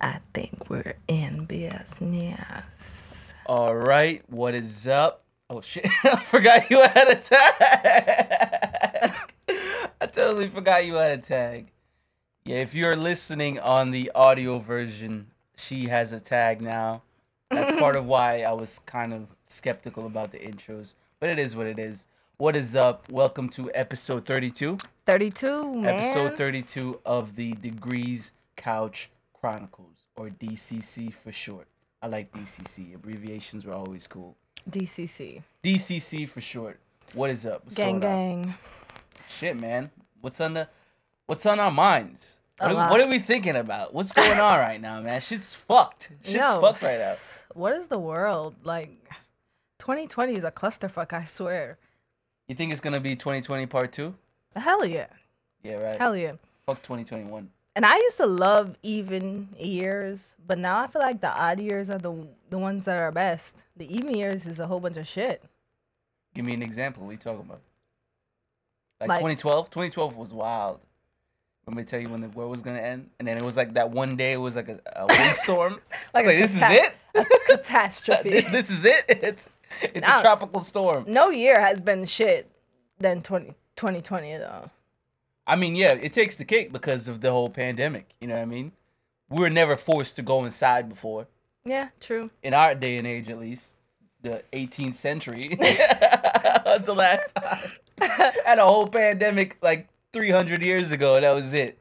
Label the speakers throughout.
Speaker 1: I think we're in business.
Speaker 2: All right, what is up? Oh shit, I forgot you had a tag. I totally forgot you had a tag. Yeah, if you're listening on the audio version, she has a tag now. That's part of why I was kind of skeptical about the intros, but it is what it is. What is up? Welcome to episode 32.
Speaker 1: 32, man.
Speaker 2: Episode 32 of the Degrees Couch Chronicles, or DCC for short. I like DCC. Abbreviations were always cool.
Speaker 1: DCC.
Speaker 2: DCC for short. What is up? What's
Speaker 1: Gang,
Speaker 2: going on?
Speaker 1: gang.
Speaker 2: Shit, man. What's on the, what's on our minds?
Speaker 1: A
Speaker 2: What are, we-
Speaker 1: lot.
Speaker 2: what are we thinking about? What's going on right now, man? Shit's fucked. Shit's
Speaker 1: Yo,
Speaker 2: fucked right now.
Speaker 1: What is the world? Like, 2020 is a clusterfuck, I swear.
Speaker 2: You think it's gonna be 2020 part two?
Speaker 1: Hell yeah.
Speaker 2: Yeah, right.
Speaker 1: Hell yeah.
Speaker 2: Fuck 2021.
Speaker 1: And I used to love even years, but now I feel like the odd years are the the ones that are best. The even years is a whole bunch of shit.
Speaker 2: Give me an example. What are you talking about? Like,
Speaker 1: Like-
Speaker 2: 2012? 2012 was wild. Let me tell you when the world was gonna end, and then it was like that one day. It was like a, a windstorm.
Speaker 1: Like
Speaker 2: like,
Speaker 1: a
Speaker 2: like this is
Speaker 1: cata-
Speaker 2: it.
Speaker 1: A catastrophe.
Speaker 2: This, this is it. It's it's
Speaker 1: Nah.
Speaker 2: a tropical storm.
Speaker 1: no year has been shit than 20, 2020 though.
Speaker 2: I mean, yeah, it takes the cake because of the whole pandemic. You know what I mean? We were never forced to go inside before,
Speaker 1: Yeah, true.
Speaker 2: in our day and age at least. The 18th century was the last time. Had a whole pandemic like 300 years ago. That was it.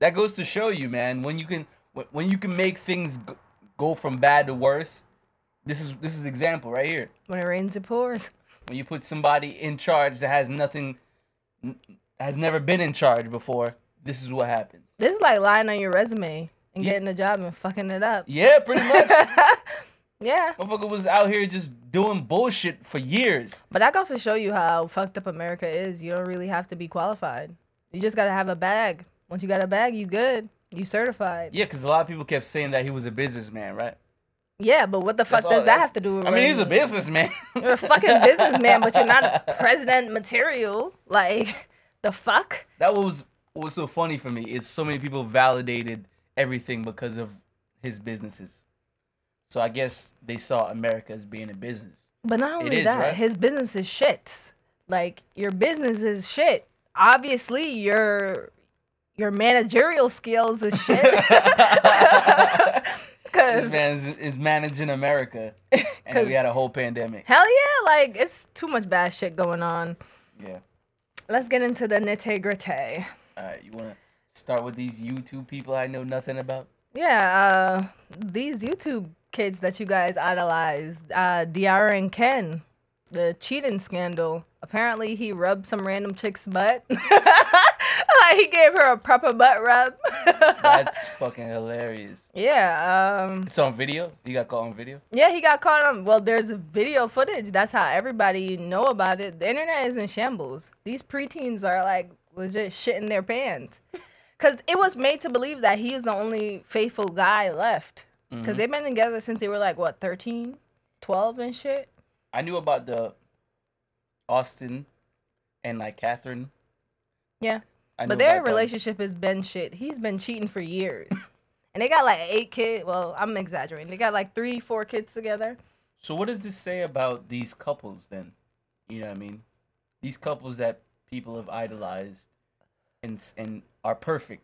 Speaker 2: That goes to show you, man, when you can when- when you can make things g- go from bad to worse. This is this is example right here.
Speaker 1: When it rains, it pours.
Speaker 2: When you put somebody in charge that has nothing, n- has never been in charge before. This is what happens.
Speaker 1: This is like lying on your resume and getting a job and fucking it up.
Speaker 2: Yeah, pretty much.
Speaker 1: Yeah.
Speaker 2: Motherfucker was out here just doing bullshit for years.
Speaker 1: But that goes to show you how fucked up America is. You don't really have to be qualified. You just gotta have a bag. Once you got a bag, you good. You certified.
Speaker 2: Yeah, because a lot of people kept saying that he was a businessman, right?
Speaker 1: Yeah, but what the fuck
Speaker 2: That's all-
Speaker 1: does that
Speaker 2: that's-
Speaker 1: have to do with
Speaker 2: I mean, he's a
Speaker 1: raising-
Speaker 2: businessman.
Speaker 1: You're a fucking businessman, but you're not president material. Like, the fuck?
Speaker 2: that was what was so funny for me is so many people validated everything because of his businesses. So I guess they saw America as being a business.
Speaker 1: But not only
Speaker 2: is,
Speaker 1: that,
Speaker 2: right?
Speaker 1: his business is shit. Like your business is shit. Obviously, your your managerial skills is shit.
Speaker 2: This
Speaker 1: Cause
Speaker 2: man is, is managing America, and then
Speaker 1: 'Cause-
Speaker 2: we had a whole pandemic.
Speaker 1: hell yeah, like it's too much bad shit going on.
Speaker 2: Yeah.
Speaker 1: Let's get into the nitty gritty.
Speaker 2: All right, you wanna start with these YouTube people I know nothing about?
Speaker 1: Yeah, uh, these YouTube kids that you guys idolize, uh, Diara and Ken, the cheating scandal. Apparently, he rubbed some random chick's butt. like he gave her a proper butt rub.
Speaker 2: That's fucking hilarious.
Speaker 1: yeah, um,
Speaker 2: It's on video. You got caught on video.
Speaker 1: yeah, he got caught on. Well, there's video footage. That's how everybody know about it. The internet is in shambles. These preteens are like legit shitting their pants. Cause it was made to believe that he was the only faithful guy left.
Speaker 2: Mm-hmm.
Speaker 1: Cause they've been together since they were like what 13, 12 and shit.
Speaker 2: I knew about the Austin and like Catherine.
Speaker 1: Yeah.
Speaker 2: I
Speaker 1: But
Speaker 2: knew
Speaker 1: their
Speaker 2: about them.
Speaker 1: relationship has been shit. He's been cheating for years. and they got like eight kids. Well, I'm exaggerating. They got like three, four kids together.
Speaker 2: So what does this say about these couples then? You know what I mean? These couples that people have idolized and s- and are perfect.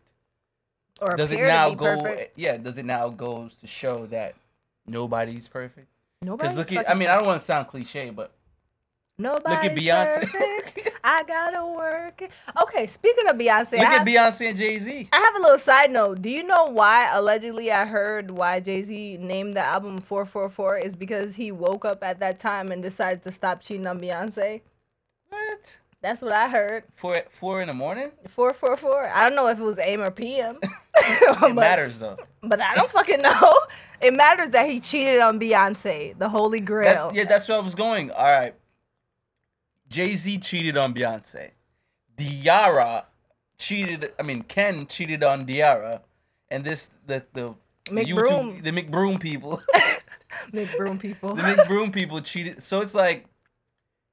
Speaker 1: Or
Speaker 2: does it
Speaker 1: appear to
Speaker 2: now
Speaker 1: be
Speaker 2: go?
Speaker 1: perfect.
Speaker 2: Yeah. Does it now goes to show that nobody's perfect?
Speaker 1: Nobody's
Speaker 2: Because look at. I
Speaker 1: fucking
Speaker 2: mean, I don't want to sound cliche, but
Speaker 1: Nobody
Speaker 2: Beyonce.
Speaker 1: I gotta work. it. Okay, speaking of Beyonce, I
Speaker 2: look
Speaker 1: have,
Speaker 2: at Beyonce and Jay Z.
Speaker 1: I have a little side note. Do you know why allegedly I heard why Jay Z named the album 444 is because he woke up at that time and decided to stop cheating on Beyonce?
Speaker 2: What?
Speaker 1: That's what I heard.
Speaker 2: Four four in the morning.
Speaker 1: Four four four. I don't know if it was AM or PM.
Speaker 2: It
Speaker 1: but,
Speaker 2: matters though.
Speaker 1: but I don't fucking know. It matters that he cheated on Beyonce, the holy grail.
Speaker 2: That's, yeah, that's where I was going. All right. Jay Z cheated on Beyonce. Diara cheated. I mean, Ken cheated on Diara, and this the the the
Speaker 1: McBroom.
Speaker 2: YouTube the McBroom people,
Speaker 1: McBroom people.
Speaker 2: the McBroom people cheated. So it's like,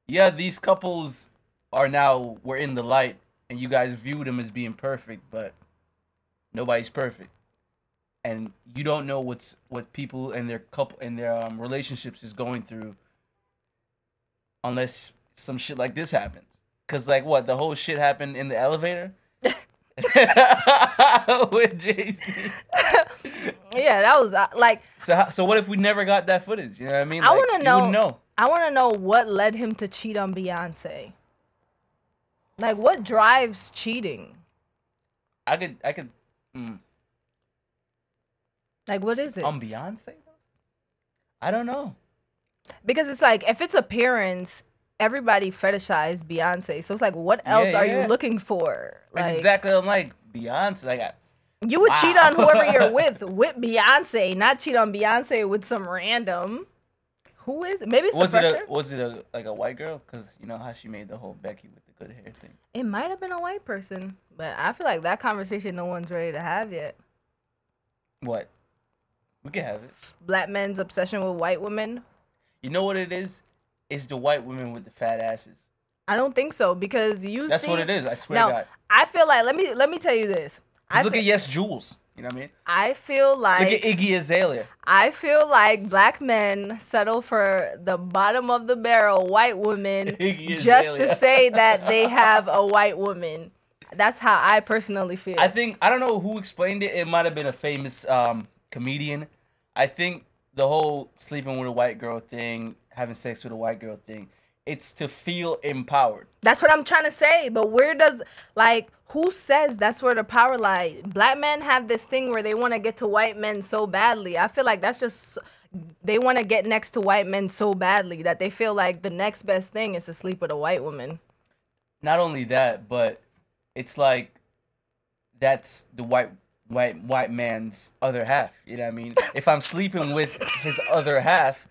Speaker 2: yeah, these couples are now were in the light, and you guys viewed them as being perfect, but nobody's perfect. And you don't know what's what people and their couple and their um, relationships is going through unless some shit like this happens. Cause like what the whole shit happened in the elevator with Jay Z.
Speaker 1: Yeah, that was uh, like
Speaker 2: So how, so what if we never got that footage? You know what I mean?
Speaker 1: I
Speaker 2: Like,
Speaker 1: want to
Speaker 2: you
Speaker 1: know.
Speaker 2: wouldn't know.
Speaker 1: I want to know what led him to cheat on Beyonce. Like, what drives cheating?
Speaker 2: I could I could mm,
Speaker 1: Like, what is it?
Speaker 2: on Beyonce. though? I don't know.
Speaker 1: because it's like if it's appearance, everybody fetishized Beyonce. So it's like, what else
Speaker 2: Yeah,
Speaker 1: are
Speaker 2: yeah.
Speaker 1: you looking for?
Speaker 2: That's
Speaker 1: Like,
Speaker 2: exactly I'm like Beyonce. Like I,
Speaker 1: you would cheat on
Speaker 2: Wow.
Speaker 1: whoever you're with with Beyonce, not cheat on Beyonce with some random. Who is? It? Maybe it's
Speaker 2: was
Speaker 1: the
Speaker 2: it
Speaker 1: pressure.
Speaker 2: a was it a like a white girl? Cause you know how she made the whole Becky with the good hair thing.
Speaker 1: It might have been a white person, but I feel like that conversation no one's ready to have yet.
Speaker 2: What? We could have it.
Speaker 1: Black men's obsession with white women.
Speaker 2: You know what it is? It's the white women with the fat asses.
Speaker 1: I don't think so because you
Speaker 2: That's
Speaker 1: see.
Speaker 2: what it is. I swear to
Speaker 1: Now
Speaker 2: God.
Speaker 1: I feel like let me let me tell you this. I
Speaker 2: Look
Speaker 1: feel,
Speaker 2: at Yes Jules. You know what I mean?
Speaker 1: I feel like
Speaker 2: Look at Iggy Azalea.
Speaker 1: I feel like black men settle for the bottom of the barrel white women
Speaker 2: Iggy
Speaker 1: just to
Speaker 2: Azalea.
Speaker 1: say that they have a white woman. That's how I personally feel.
Speaker 2: I think I don't know who explained it. It might have been a famous um, comedian. I think the whole sleeping with a white girl thing, having sex with a white girl thing, it's to feel empowered.
Speaker 1: that's what I'm trying to say. But where does like who says that's where the power lies? Black men have this thing where they want to get to white men so badly. I feel like that's just they want to get next to white men so badly that they feel like the next best thing is to sleep with a white woman.
Speaker 2: Not only that, but it's like that's the white white white man's other half. You know what I mean? if I'm sleeping with his other half,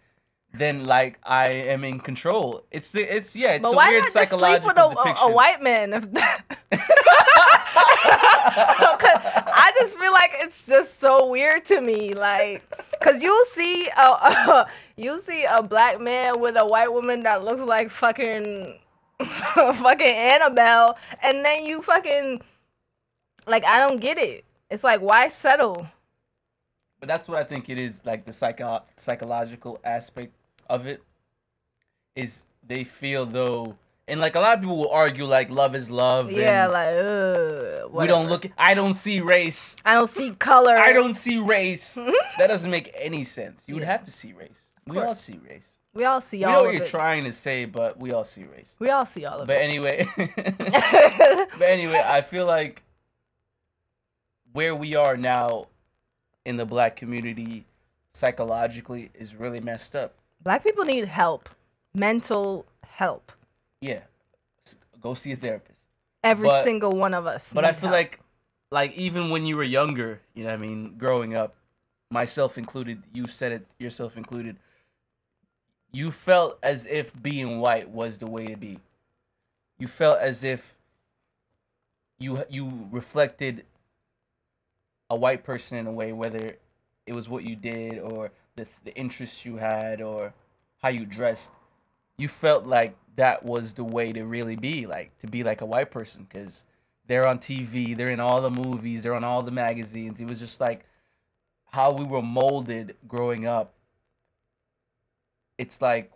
Speaker 2: then like I am in control. It's the it's yeah, it's
Speaker 1: But
Speaker 2: a
Speaker 1: why
Speaker 2: weird
Speaker 1: not just
Speaker 2: psychological
Speaker 1: sleep with a, a,
Speaker 2: depiction.
Speaker 1: a white man? If 'Cause I just feel like it's just so weird to me, like, cause you'll see a, you'll see a black man with a white woman that looks like fucking fucking Annabelle, and then you fucking like I don't get it. It's like why settle?
Speaker 2: But that's what I think it is, like the psycho psychological aspect of it. Is they feel though, and like a lot of people will argue, like love is love.
Speaker 1: Yeah,
Speaker 2: and
Speaker 1: like ugh,
Speaker 2: we
Speaker 1: whatever.
Speaker 2: don't look. I don't see race.
Speaker 1: I don't see color.
Speaker 2: I don't see race. that doesn't make any sense. You would have to see race. We all
Speaker 1: course.
Speaker 2: see race.
Speaker 1: We all see
Speaker 2: We
Speaker 1: all
Speaker 2: know what
Speaker 1: of
Speaker 2: you're
Speaker 1: it.
Speaker 2: trying to say, but we all see race.
Speaker 1: we all see all of
Speaker 2: But
Speaker 1: it.
Speaker 2: anyway, but anyway, I feel like where we are now in the black community psychologically is really messed up.
Speaker 1: Black people need help, mental help.
Speaker 2: yeah, s- go see a therapist.
Speaker 1: Every
Speaker 2: But-
Speaker 1: single one of us.
Speaker 2: But I
Speaker 1: need
Speaker 2: feel
Speaker 1: help.
Speaker 2: like, like even when you were younger, you know, what I mean, growing up, myself included, you said it yourself included. You felt as if being white was the way to be. You felt as if you you reflected a white person in a way, whether it was what you did or the the interests you had or how you dressed. you felt like that was the way to really be like to be like a white person because they're on tv they're in all the movies they're on all the magazines it was just like how we were molded growing up it's like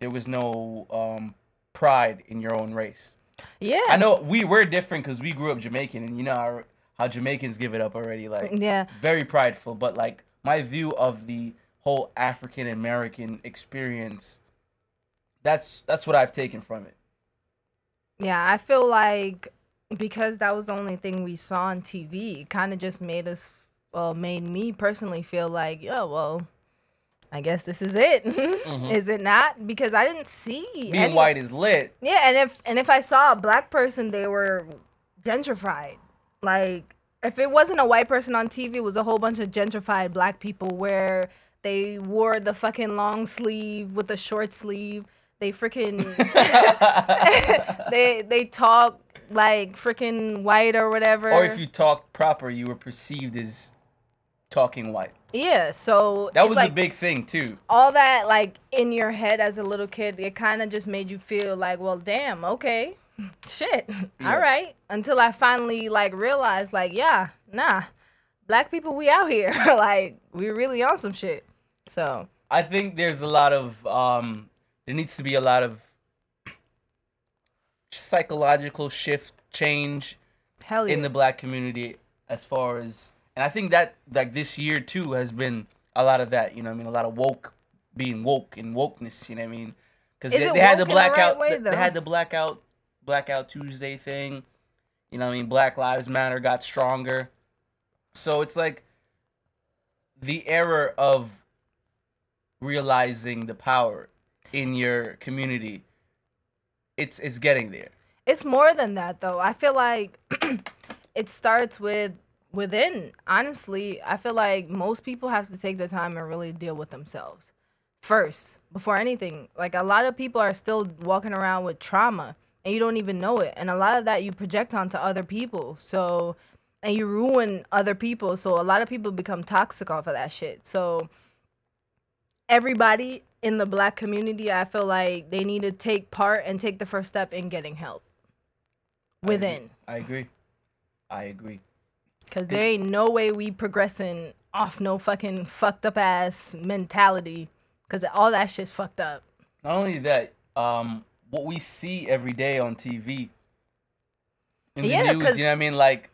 Speaker 2: there was no um pride in your own race
Speaker 1: yeah,
Speaker 2: i know we were different because we grew up jamaican and you know how, how jamaicans give it up already like
Speaker 1: yeah.
Speaker 2: very prideful, but like my view of the whole African American experience, that's that's what I've taken from it.
Speaker 1: Yeah, I feel like because that was the only thing we saw on TV, it kind of just made us, "Oh, well, made me personally feel like, yeah, well, I guess this is it.
Speaker 2: Mm-hmm.
Speaker 1: Is it not? Because I didn't see
Speaker 2: Being
Speaker 1: any-
Speaker 2: white is lit.
Speaker 1: Yeah, and if and if I saw a black person, they were gentrified. Like if it wasn't a white person on TV, it was a whole bunch of gentrified black people where they wore the fucking long sleeve with the short sleeve. They freaking they they talk like freaking white or whatever.
Speaker 2: Or if you talked proper, you were perceived as talking white.
Speaker 1: yeah, so
Speaker 2: That
Speaker 1: it's
Speaker 2: was
Speaker 1: like,
Speaker 2: a big thing too.
Speaker 1: all that like in your head as a little kid, it kind of just made you feel like, well, damn, okay, shit, all right. Until I finally like realized, like, yeah, nah, black people, we out here, like, we really on some shit. So
Speaker 2: I think there's a lot of um there needs to be a lot of psychological shift change
Speaker 1: hell yeah,
Speaker 2: in the black community as far as and I think that like this year too has been a lot of that, you know what I mean, a lot of woke being woke and wokeness, you know what I mean? Cuz
Speaker 1: Is
Speaker 2: they,
Speaker 1: it
Speaker 2: they had the
Speaker 1: woke in the right
Speaker 2: blackout
Speaker 1: way,
Speaker 2: th- they
Speaker 1: though?
Speaker 2: had the blackout blackout Tuesday thing. You know what I mean? Black Lives Matter got stronger. So it's like the error of realizing the power in your community. It's it's getting there.
Speaker 1: it's more than that though. I feel like it starts with within. Honestly, I feel like most people have to take the time and really deal with themselves. first before anything. Like a lot of people are still walking around with trauma and you don't even know it. And a lot of that you project onto other people. So and you ruin other people. So a lot of people become toxic off of that shit. So everybody in the black community, I feel like they need to take part and take the first step in getting help within.
Speaker 2: I agree. I agree.
Speaker 1: Cause there ain't no way we progressing off no fucking fucked up ass mentality. Cause all that shit's fucked up.
Speaker 2: Not only that, um, what we see every day on TV, in the
Speaker 1: Yeah,
Speaker 2: news,
Speaker 1: 'cause-
Speaker 2: you know what I mean? Like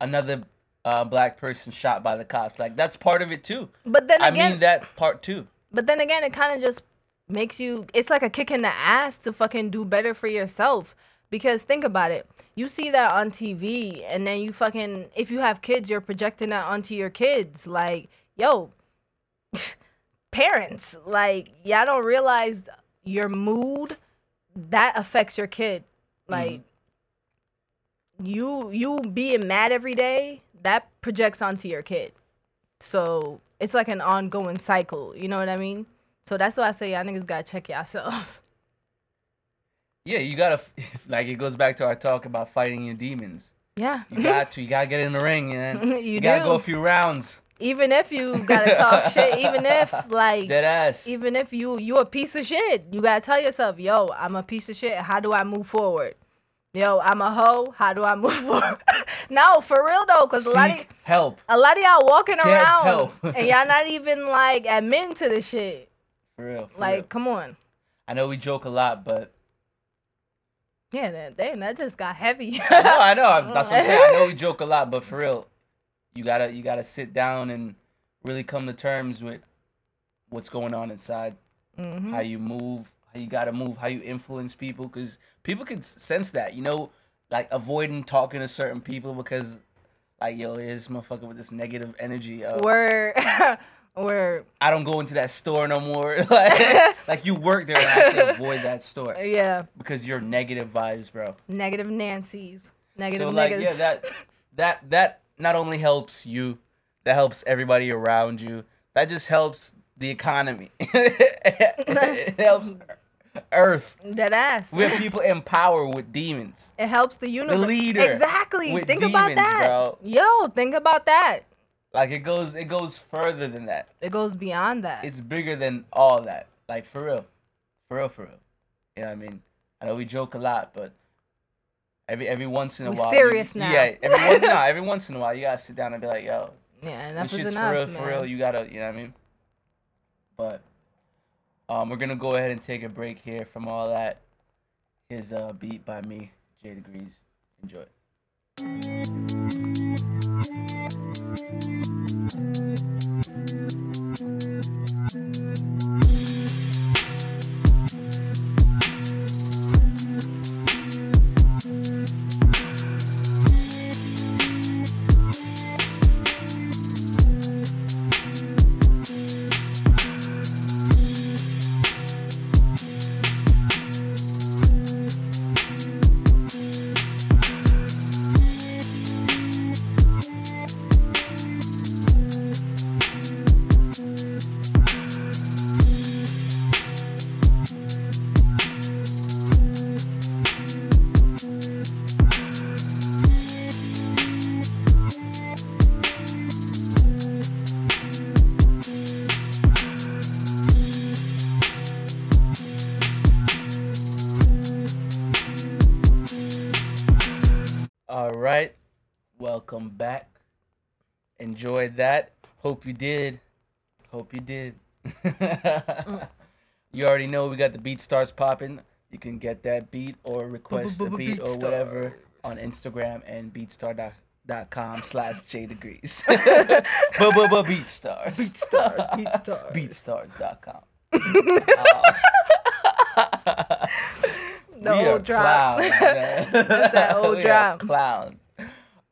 Speaker 2: another uh, black person shot by the cops. Like that's part of it too.
Speaker 1: But then
Speaker 2: I
Speaker 1: again,
Speaker 2: mean that part too.
Speaker 1: but then again, it kind of just makes you. It's like a kick in the ass to fucking do better for yourself. Because think about it, you see that on TV, and then you fucking. If you have kids, you're projecting that onto your kids. Like, yo, parents, like y'all don't realize your mood that affects your kid. Like, you you being mad every day that projects onto your kid. So it's like an ongoing cycle. You know what I mean? So that's why I say y'all niggas gotta check yourselves.
Speaker 2: Yeah, you gotta f- like it goes back to our talk about fighting your demons.
Speaker 1: Yeah.
Speaker 2: You got to, you gotta get in the ring, and
Speaker 1: You
Speaker 2: gotta go
Speaker 1: do.
Speaker 2: a few rounds.
Speaker 1: Even if you gotta talk shit, even if like
Speaker 2: Dead ass.
Speaker 1: even if you you a piece of shit, you gotta tell yourself, yo, I'm a piece of shit. How do I move forward? Yo, I'm a hoe. How do I move forward? no, for real though, cause a lot of
Speaker 2: Seek help
Speaker 1: a lot of y'all walking around
Speaker 2: help.
Speaker 1: and y'all not even like admin to the shit.
Speaker 2: for real. for
Speaker 1: Like,
Speaker 2: real.
Speaker 1: come on.
Speaker 2: I know we joke a lot, but
Speaker 1: Yeah, that, damn, that just got heavy.
Speaker 2: no, I know. I'm- That's what I'm saying. I know we joke a lot, but for real, you gotta you gotta sit down and really come to terms with what's going on inside, how you move, how you gotta move, how you influence people, because people can s- sense that. You know, like avoiding talking to certain people because, like, yo, this motherfucker with this negative energy. Of,
Speaker 1: we're we're
Speaker 2: I don't go into that store no more. like, like you work there, and I have to avoid that store
Speaker 1: yeah
Speaker 2: because you're negative vibes, bro.
Speaker 1: negative Nancy's negative
Speaker 2: so like
Speaker 1: niggas.
Speaker 2: yeah that that that not only helps you that helps everybody around you that just helps the economy it helps earth
Speaker 1: Dead ass.
Speaker 2: we have people in power with demons
Speaker 1: it helps the universe.
Speaker 2: leader
Speaker 1: exactly.
Speaker 2: with
Speaker 1: Think about
Speaker 2: demons,
Speaker 1: that,
Speaker 2: bro.
Speaker 1: yo. Think about that.
Speaker 2: like it goes it goes further than that
Speaker 1: It goes beyond that.
Speaker 2: it's bigger than all that like for real for real for real you know what i mean i know we joke a lot but every every once in a
Speaker 1: We
Speaker 2: while
Speaker 1: serious now.
Speaker 2: yeah every, once, nah, every once in a while you gotta sit down and be like yo
Speaker 1: yeah,
Speaker 2: This
Speaker 1: enough is
Speaker 2: shit's
Speaker 1: enough,
Speaker 2: for real,
Speaker 1: man.
Speaker 2: for real. You gotta, you know what I mean? But um, we're gonna go ahead and take a break here from all that. Here's a uh, beat by me, J Degrees. Enjoy. right. Welcome back. Enjoyed that. Hope you did. Hope you did. you already know we got the beat stars popping. You can get that beat or request a beat or whatever on Instagram and beatstar.com slash J degrees. Beat stars.
Speaker 1: Star, beat star.
Speaker 2: Beatstars.com.
Speaker 1: The whole drop. that old
Speaker 2: we Are
Speaker 1: drop.
Speaker 2: clowns.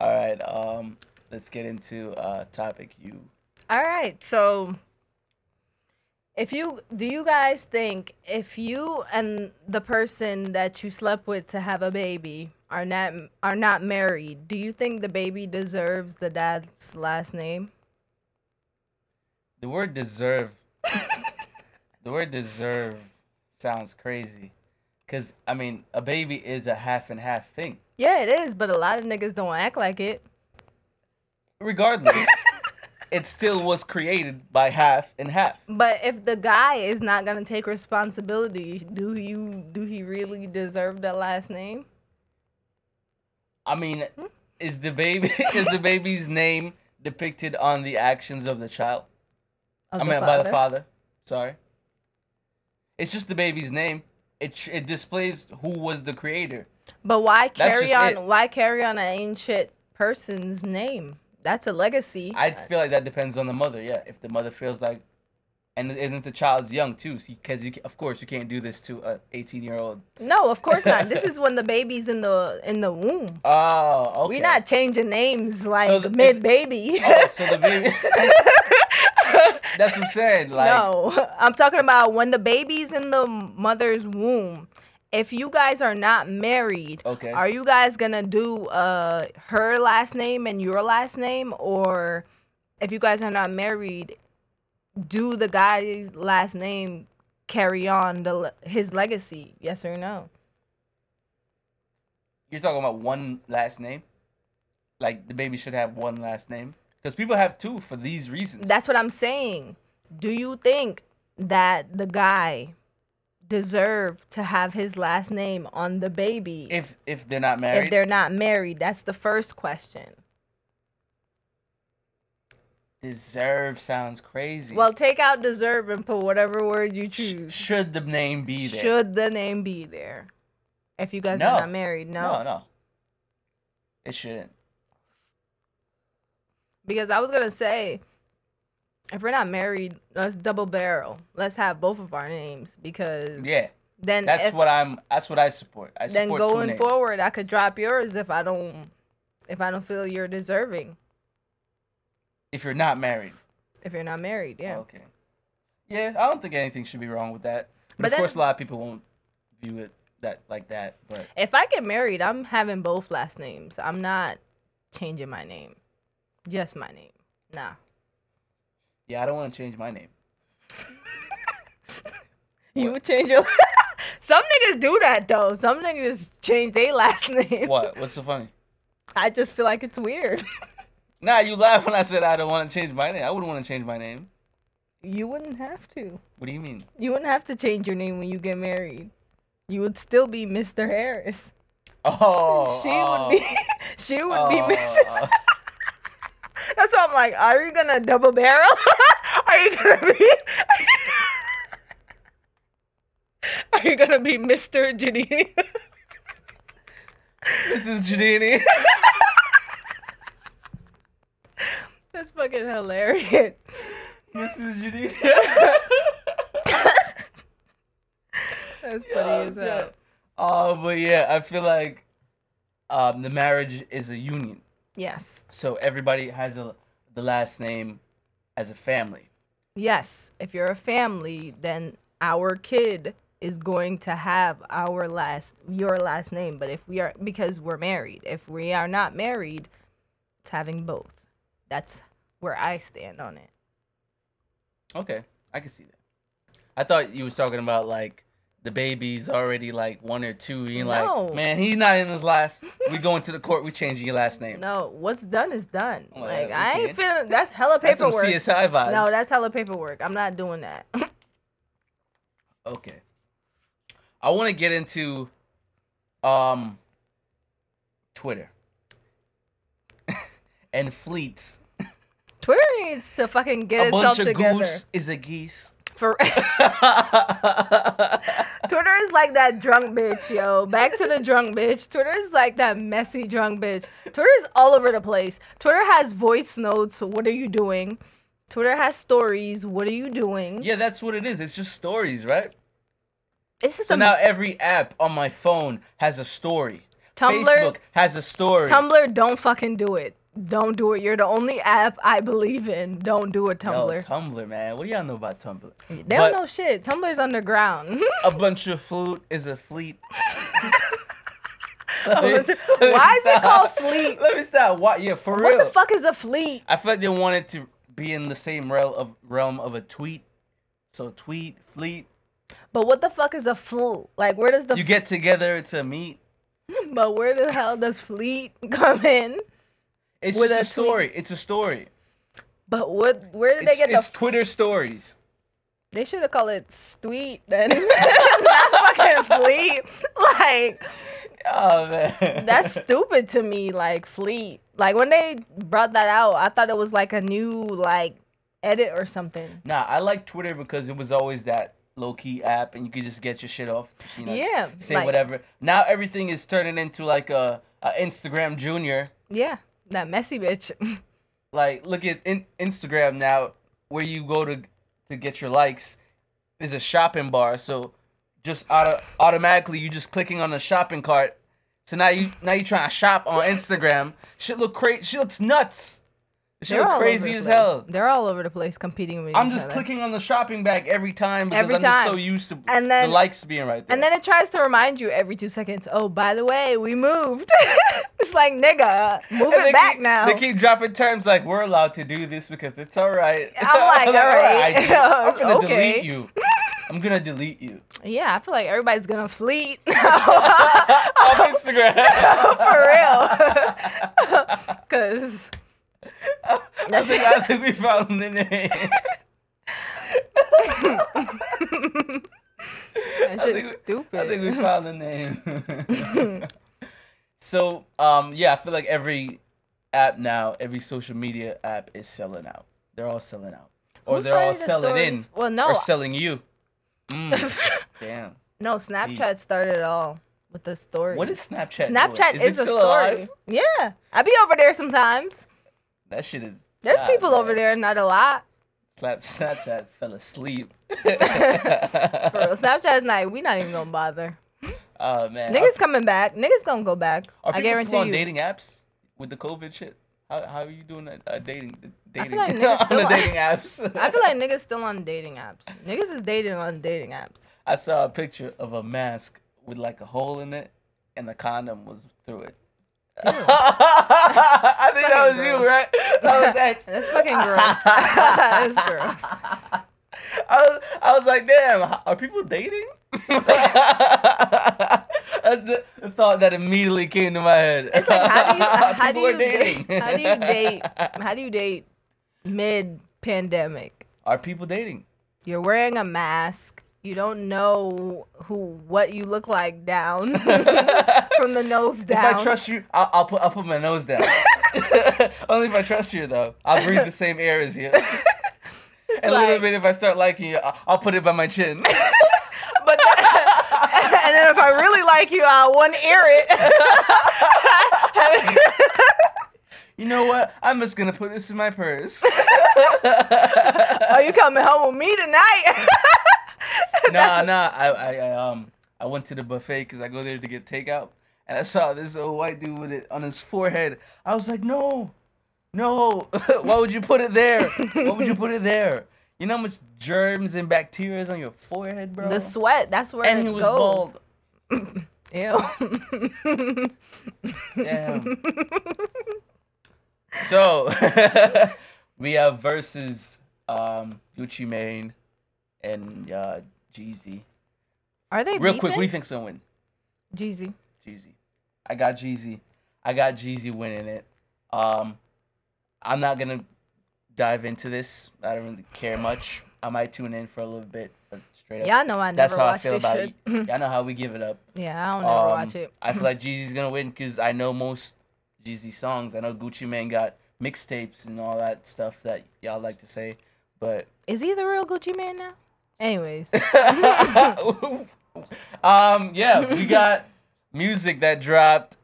Speaker 2: All right. Um, let's get into uh topic you.
Speaker 1: All right. So if you do you guys think if you and the person that you slept with to have a baby are not are not married, do you think the baby deserves the dad's last name?
Speaker 2: The word deserve. the word deserve sounds crazy, cause I mean a baby is a half and half thing.
Speaker 1: Yeah, it is, but a lot of niggas don't act like it.
Speaker 2: Regardless, it still was created by half and half.
Speaker 1: But if the guy is not gonna take responsibility, do you do he really deserve the last name?
Speaker 2: I mean,
Speaker 1: Hmm?
Speaker 2: is the baby is the baby's name depicted on the actions of the child?
Speaker 1: Of
Speaker 2: I mean, by the father. Sorry. It's just the baby's name. It tr- it displays who was the creator.
Speaker 1: But why carry
Speaker 2: just
Speaker 1: on?
Speaker 2: it.
Speaker 1: Why carry on an ancient person's name? That's a legacy.
Speaker 2: I feel like that depends on the mother. Yeah, if the mother feels like, and and if the child's young too, because you ca- of course you can't do this to a eighteen year old.
Speaker 1: no, of course not. this is when the baby's in the in the womb.
Speaker 2: Oh, okay.
Speaker 1: we not changing names like
Speaker 2: the- if-
Speaker 1: mid baby.
Speaker 2: Oh, so the baby. That's what I'm saying. Oh, Like,
Speaker 1: no, I'm talking about when the baby's in the mother's womb. If you guys are not married,
Speaker 2: Okay.
Speaker 1: are you guys gonna do uh her last name and your last name, or if you guys are not married, do the guy's last name carry on the le- his legacy? Yes or no?
Speaker 2: you're talking about one last name. Like the baby should have one last name because people have two for these reasons.
Speaker 1: That's what I'm saying. Do you think that the guy deserved to have his last name on the baby
Speaker 2: if if they're not married,
Speaker 1: if they're not married? That's the first question.
Speaker 2: deserve sounds crazy.
Speaker 1: Well, take out deserve and put whatever word you choose.
Speaker 2: should the name be there?
Speaker 1: Should the name be there? If you guys
Speaker 2: No.
Speaker 1: are not married, no.
Speaker 2: no, no. It shouldn't.
Speaker 1: Because I was gonna say, if we're not married, let's double barrel. Let's have both of our names because
Speaker 2: Yeah,
Speaker 1: then
Speaker 2: that's
Speaker 1: if,
Speaker 2: what I'm. That's what I support. I
Speaker 1: then
Speaker 2: support two
Speaker 1: going
Speaker 2: names.
Speaker 1: forward, I could drop yours if I don't if I don't feel you're deserving
Speaker 2: If you're not married,
Speaker 1: if you're not married. Yeah.
Speaker 2: okay. Yeah, I don't think anything should be wrong with that. But,
Speaker 1: But
Speaker 2: of
Speaker 1: then-
Speaker 2: course, a lot of people won't view it that like that. But
Speaker 1: If I get married, I'm having both last names. I'm not changing my name, just my name. Nah.
Speaker 2: yeah, I don't want to change my name.
Speaker 1: You would change your. Some niggas do that though. Some niggas change their last name.
Speaker 2: What? What's so funny?
Speaker 1: I just feel like it's weird.
Speaker 2: Nah, you laugh when I said I don't want to change my name. I wouldn't want to change my name.
Speaker 1: You wouldn't have to.
Speaker 2: What do you mean?
Speaker 1: You wouldn't have to change your name when you get married. You would still be Mr. Harris.
Speaker 2: Oh,
Speaker 1: She
Speaker 2: oh,
Speaker 1: would be. She would be
Speaker 2: oh,
Speaker 1: Mrs. That's why I'm like, are you gonna double barrel? are you gonna be? Are you gonna be Mr. Janine?
Speaker 2: This is Janini.
Speaker 1: That's fucking hilarious.
Speaker 2: this is Janini.
Speaker 1: That's funny as hell.
Speaker 2: Oh, but yeah, I feel like um, the marriage is a union,
Speaker 1: Yes.
Speaker 2: so everybody has a, the last name as a family.
Speaker 1: Yes. If you're a family, then our kid is going to have our last your last name. But if we are because we're married. If we are not married, it's having both. That's where I stand on it.
Speaker 2: Okay, I can see that. I thought you was talking about like the baby's already like one or two. You're
Speaker 1: No.
Speaker 2: like, man, he's not in his life. we going to the court. We changing your last name.
Speaker 1: No, what's done is done.
Speaker 2: Oh,
Speaker 1: like
Speaker 2: yeah,
Speaker 1: I ain't
Speaker 2: okay.
Speaker 1: feeling that's hella
Speaker 2: That's some
Speaker 1: paperwork.
Speaker 2: CSI vibes.
Speaker 1: no, that's hella paperwork. I'm not doing that.
Speaker 2: Okay. I want to get into um Twitter. and fleets.
Speaker 1: Twitter needs to fucking get
Speaker 2: A
Speaker 1: itself
Speaker 2: bunch of
Speaker 1: together.
Speaker 2: goose is a geese.
Speaker 1: For Twitter is like that drunk bitch, yo. Back to the drunk bitch. Twitter is like that messy drunk bitch. Twitter is all over the place. Twitter has voice notes. What are you doing? Twitter has stories. What are you doing?
Speaker 2: Yeah, that's what it is. It's just stories, right?
Speaker 1: It's just
Speaker 2: So
Speaker 1: a
Speaker 2: now every app on my phone has a story.
Speaker 1: Tumblr-
Speaker 2: Facebook has a story.
Speaker 1: Tumblr. Don't fucking do it. Don't do it. You're the only app I believe in. Don't do it,
Speaker 2: Yo,
Speaker 1: Tumblr.
Speaker 2: Tumblr, man. What do y'all know about Tumblr? They
Speaker 1: they don't know shit. Tumblr's underground.
Speaker 2: A bunch of flute is a fleet.
Speaker 1: Why is it called fleet?
Speaker 2: Let me stop. Why? Yeah, for real.
Speaker 1: What the fuck is a fleet?
Speaker 2: I feel like they wanted to be in the same realm of realm of a tweet. So tweet, fleet.
Speaker 1: But what the fuck is a fleet? Like, where does the
Speaker 2: You get together to meet.
Speaker 1: But where the hell does fleet come in?
Speaker 2: It's
Speaker 1: With
Speaker 2: just a,
Speaker 1: a tweet.
Speaker 2: story. It's a story.
Speaker 1: But what? Where did
Speaker 2: It's,
Speaker 1: they get the?
Speaker 2: it's
Speaker 1: f-
Speaker 2: Twitter stories.
Speaker 1: they should have called it sweet then. Not fucking fleet. Like
Speaker 2: Oh man.
Speaker 1: that's stupid to me. Like fleet. Like when they brought that out, I thought it was like a new like edit or something.
Speaker 2: Nah, I like Twitter because it was always that low key app, and you could just get your shit off. You know,
Speaker 1: Yeah,
Speaker 2: say
Speaker 1: like-
Speaker 2: whatever. Now everything is turning into like a, a Instagram Junior.
Speaker 1: Yeah, that messy bitch.
Speaker 2: Like, look at in- Instagram now, where you go to to get your likes is a shopping bar. So just auto- automatically, you just clicking on the shopping cart. So now you now you trying to shop on Instagram. Shit look crazy. She looks nuts. She
Speaker 1: They're all
Speaker 2: look
Speaker 1: over
Speaker 2: crazy
Speaker 1: the
Speaker 2: as
Speaker 1: place.
Speaker 2: hell.
Speaker 1: They're all over the place competing with
Speaker 2: I'm
Speaker 1: each
Speaker 2: just
Speaker 1: other.
Speaker 2: clicking on the shopping bag every time because
Speaker 1: Every
Speaker 2: I'm just so
Speaker 1: time.
Speaker 2: used to
Speaker 1: And then-
Speaker 2: the likes being right there.
Speaker 1: And then it tries to remind you every two seconds. Oh, by the way, we moved. it's like nigga, move
Speaker 2: And
Speaker 1: it back
Speaker 2: keep,
Speaker 1: now.
Speaker 2: They keep dropping terms like we're allowed to do this because it's all right.
Speaker 1: I'm like, all right.
Speaker 2: I did it. I'm gonna
Speaker 1: Okay.
Speaker 2: delete you. I'm gonna delete you
Speaker 1: Yeah, I feel like everybody's gonna fleet
Speaker 2: off Instagram.
Speaker 1: for real. Cause
Speaker 2: I think, I think we found the name.
Speaker 1: that shit's
Speaker 2: think-
Speaker 1: stupid.
Speaker 2: I think we found the name. so, um, yeah, I feel like every app now, every social media app is selling out. They're all selling out, or
Speaker 1: Who's
Speaker 2: they're all
Speaker 1: writing the
Speaker 2: selling in,
Speaker 1: stories? Well, no.
Speaker 2: or selling you. Mm, damn.
Speaker 1: no, Snapchat started it all with the story.
Speaker 2: What is Snapchat? doing?
Speaker 1: Snapchat?
Speaker 2: it
Speaker 1: Is, a
Speaker 2: still
Speaker 1: story.
Speaker 2: alive?
Speaker 1: Yeah, I be over there sometimes.
Speaker 2: That shit is.
Speaker 1: There's
Speaker 2: God,
Speaker 1: people
Speaker 2: Ah, man.
Speaker 1: over there, not a lot.
Speaker 2: Slap Snapchat fell asleep.
Speaker 1: For real. Snapchat's not. We not even gonna bother.
Speaker 2: Oh man.
Speaker 1: Niggas coming back. Niggas gonna go back.
Speaker 2: are,
Speaker 1: I
Speaker 2: are people
Speaker 1: guarantee
Speaker 2: still on
Speaker 1: you.
Speaker 2: dating apps with the COVID shit? How how are you doing that uh, dating? the Dating
Speaker 1: like niggas
Speaker 2: on the
Speaker 1: still-
Speaker 2: dating apps.
Speaker 1: I feel like niggas still on dating apps. Niggas is dating on dating apps.
Speaker 2: I saw a picture of a mask with like a hole in it, and the condom was through it. I think that was
Speaker 1: fucking
Speaker 2: you,
Speaker 1: gross.
Speaker 2: right? That was X.
Speaker 1: That's fucking gross. That's gross.
Speaker 2: I was, I was like, damn, h- are people dating? That's the thought that immediately came to my head.
Speaker 1: It's like how do you how do
Speaker 2: People are
Speaker 1: you date,
Speaker 2: dating.
Speaker 1: how do you date how do you date mid pandemic?
Speaker 2: Are people dating?
Speaker 1: You're wearing a mask. You don't know who what you look like down from the nose down.
Speaker 2: If I trust you, I'll, I'll put I'll put my nose down. Only if I trust you, though. I'll breathe the same air as you. And a little
Speaker 1: like-
Speaker 2: bit, if I start liking you, I'll, I'll put it by my chin.
Speaker 1: but then- and then if I really like you, I'll one ear it.
Speaker 2: you know what? I'm just gonna put this in my purse.
Speaker 1: Are you coming home with me tonight?
Speaker 2: nah, nah. I, I, I um, I went to the buffet because I go there to get takeout, and I saw this old white dude with it on his forehead. I was like, no, no. Why would you put it there? Why would you put it there? You know how much germs and bacteria is on your forehead, bro.
Speaker 1: the sweat. That's where
Speaker 2: and
Speaker 1: it
Speaker 2: he was
Speaker 1: goes.
Speaker 2: bald.
Speaker 1: Ew.
Speaker 2: Damn. so we have versus um Gucci Mane and uh Jeezy.
Speaker 1: Are they
Speaker 2: Real
Speaker 1: beefing?
Speaker 2: quick, what do you think's gonna win?
Speaker 1: Jeezy.
Speaker 2: Jeezy. I got Jeezy. I got Jeezy winning it. Um, I'm not gonna dive into this. I don't really care much. I might tune in for a little bit, but straight up.
Speaker 1: Yeah, I know. I never
Speaker 2: that's how I
Speaker 1: watched
Speaker 2: feel
Speaker 1: this
Speaker 2: about
Speaker 1: shit.
Speaker 2: it. Y'all know how we give it up.
Speaker 1: Yeah, I don't ever
Speaker 2: Um,
Speaker 1: watch it.
Speaker 2: I feel like Jeezy's gonna win because I know most Jeezy songs. I know Gucci Man got mixtapes and all that stuff that y'all like to say. But
Speaker 1: Is he the real Gucci man now? Anyways,
Speaker 2: um, yeah, we got music that dropped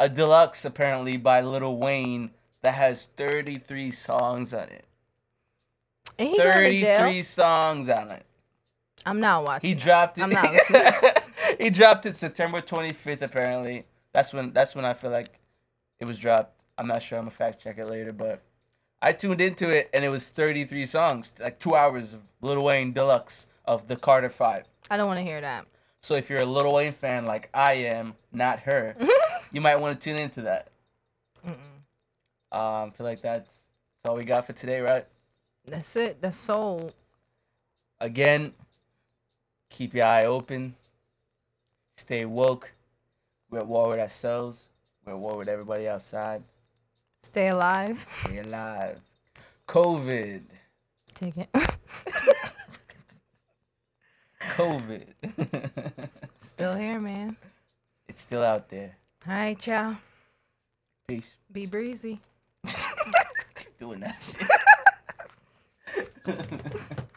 Speaker 2: a deluxe apparently by Lil Wayne that has 33 songs on it.
Speaker 1: and he going to jail.
Speaker 2: 33 songs on it.
Speaker 1: I'm not watching.
Speaker 2: He dropped it.
Speaker 1: I'm not
Speaker 2: he dropped it September 25th apparently. That's when that's when I feel like it was dropped. I'm not sure. I'm gonna fact check it later, but I tuned into it and it was 33 songs, like 2 hours of Lil Wayne Deluxe of the Carter 5.
Speaker 1: I don't want to hear that.
Speaker 2: So if you're a Lil Wayne fan like I am, not her, you might want to tune into that. Um, I feel like that's, that's all we got for today, right?
Speaker 1: That's it. That's soul.
Speaker 2: Again, keep your eye open. Stay woke. We're at war with ourselves. We're at war with everybody outside.
Speaker 1: Stay alive.
Speaker 2: Stay alive. COVID.
Speaker 1: Take it.
Speaker 2: COVID.
Speaker 1: Still here, man.
Speaker 2: it's still out there.
Speaker 1: All right, y'all.
Speaker 2: Peace.
Speaker 1: Be breezy.
Speaker 2: Doing that shit.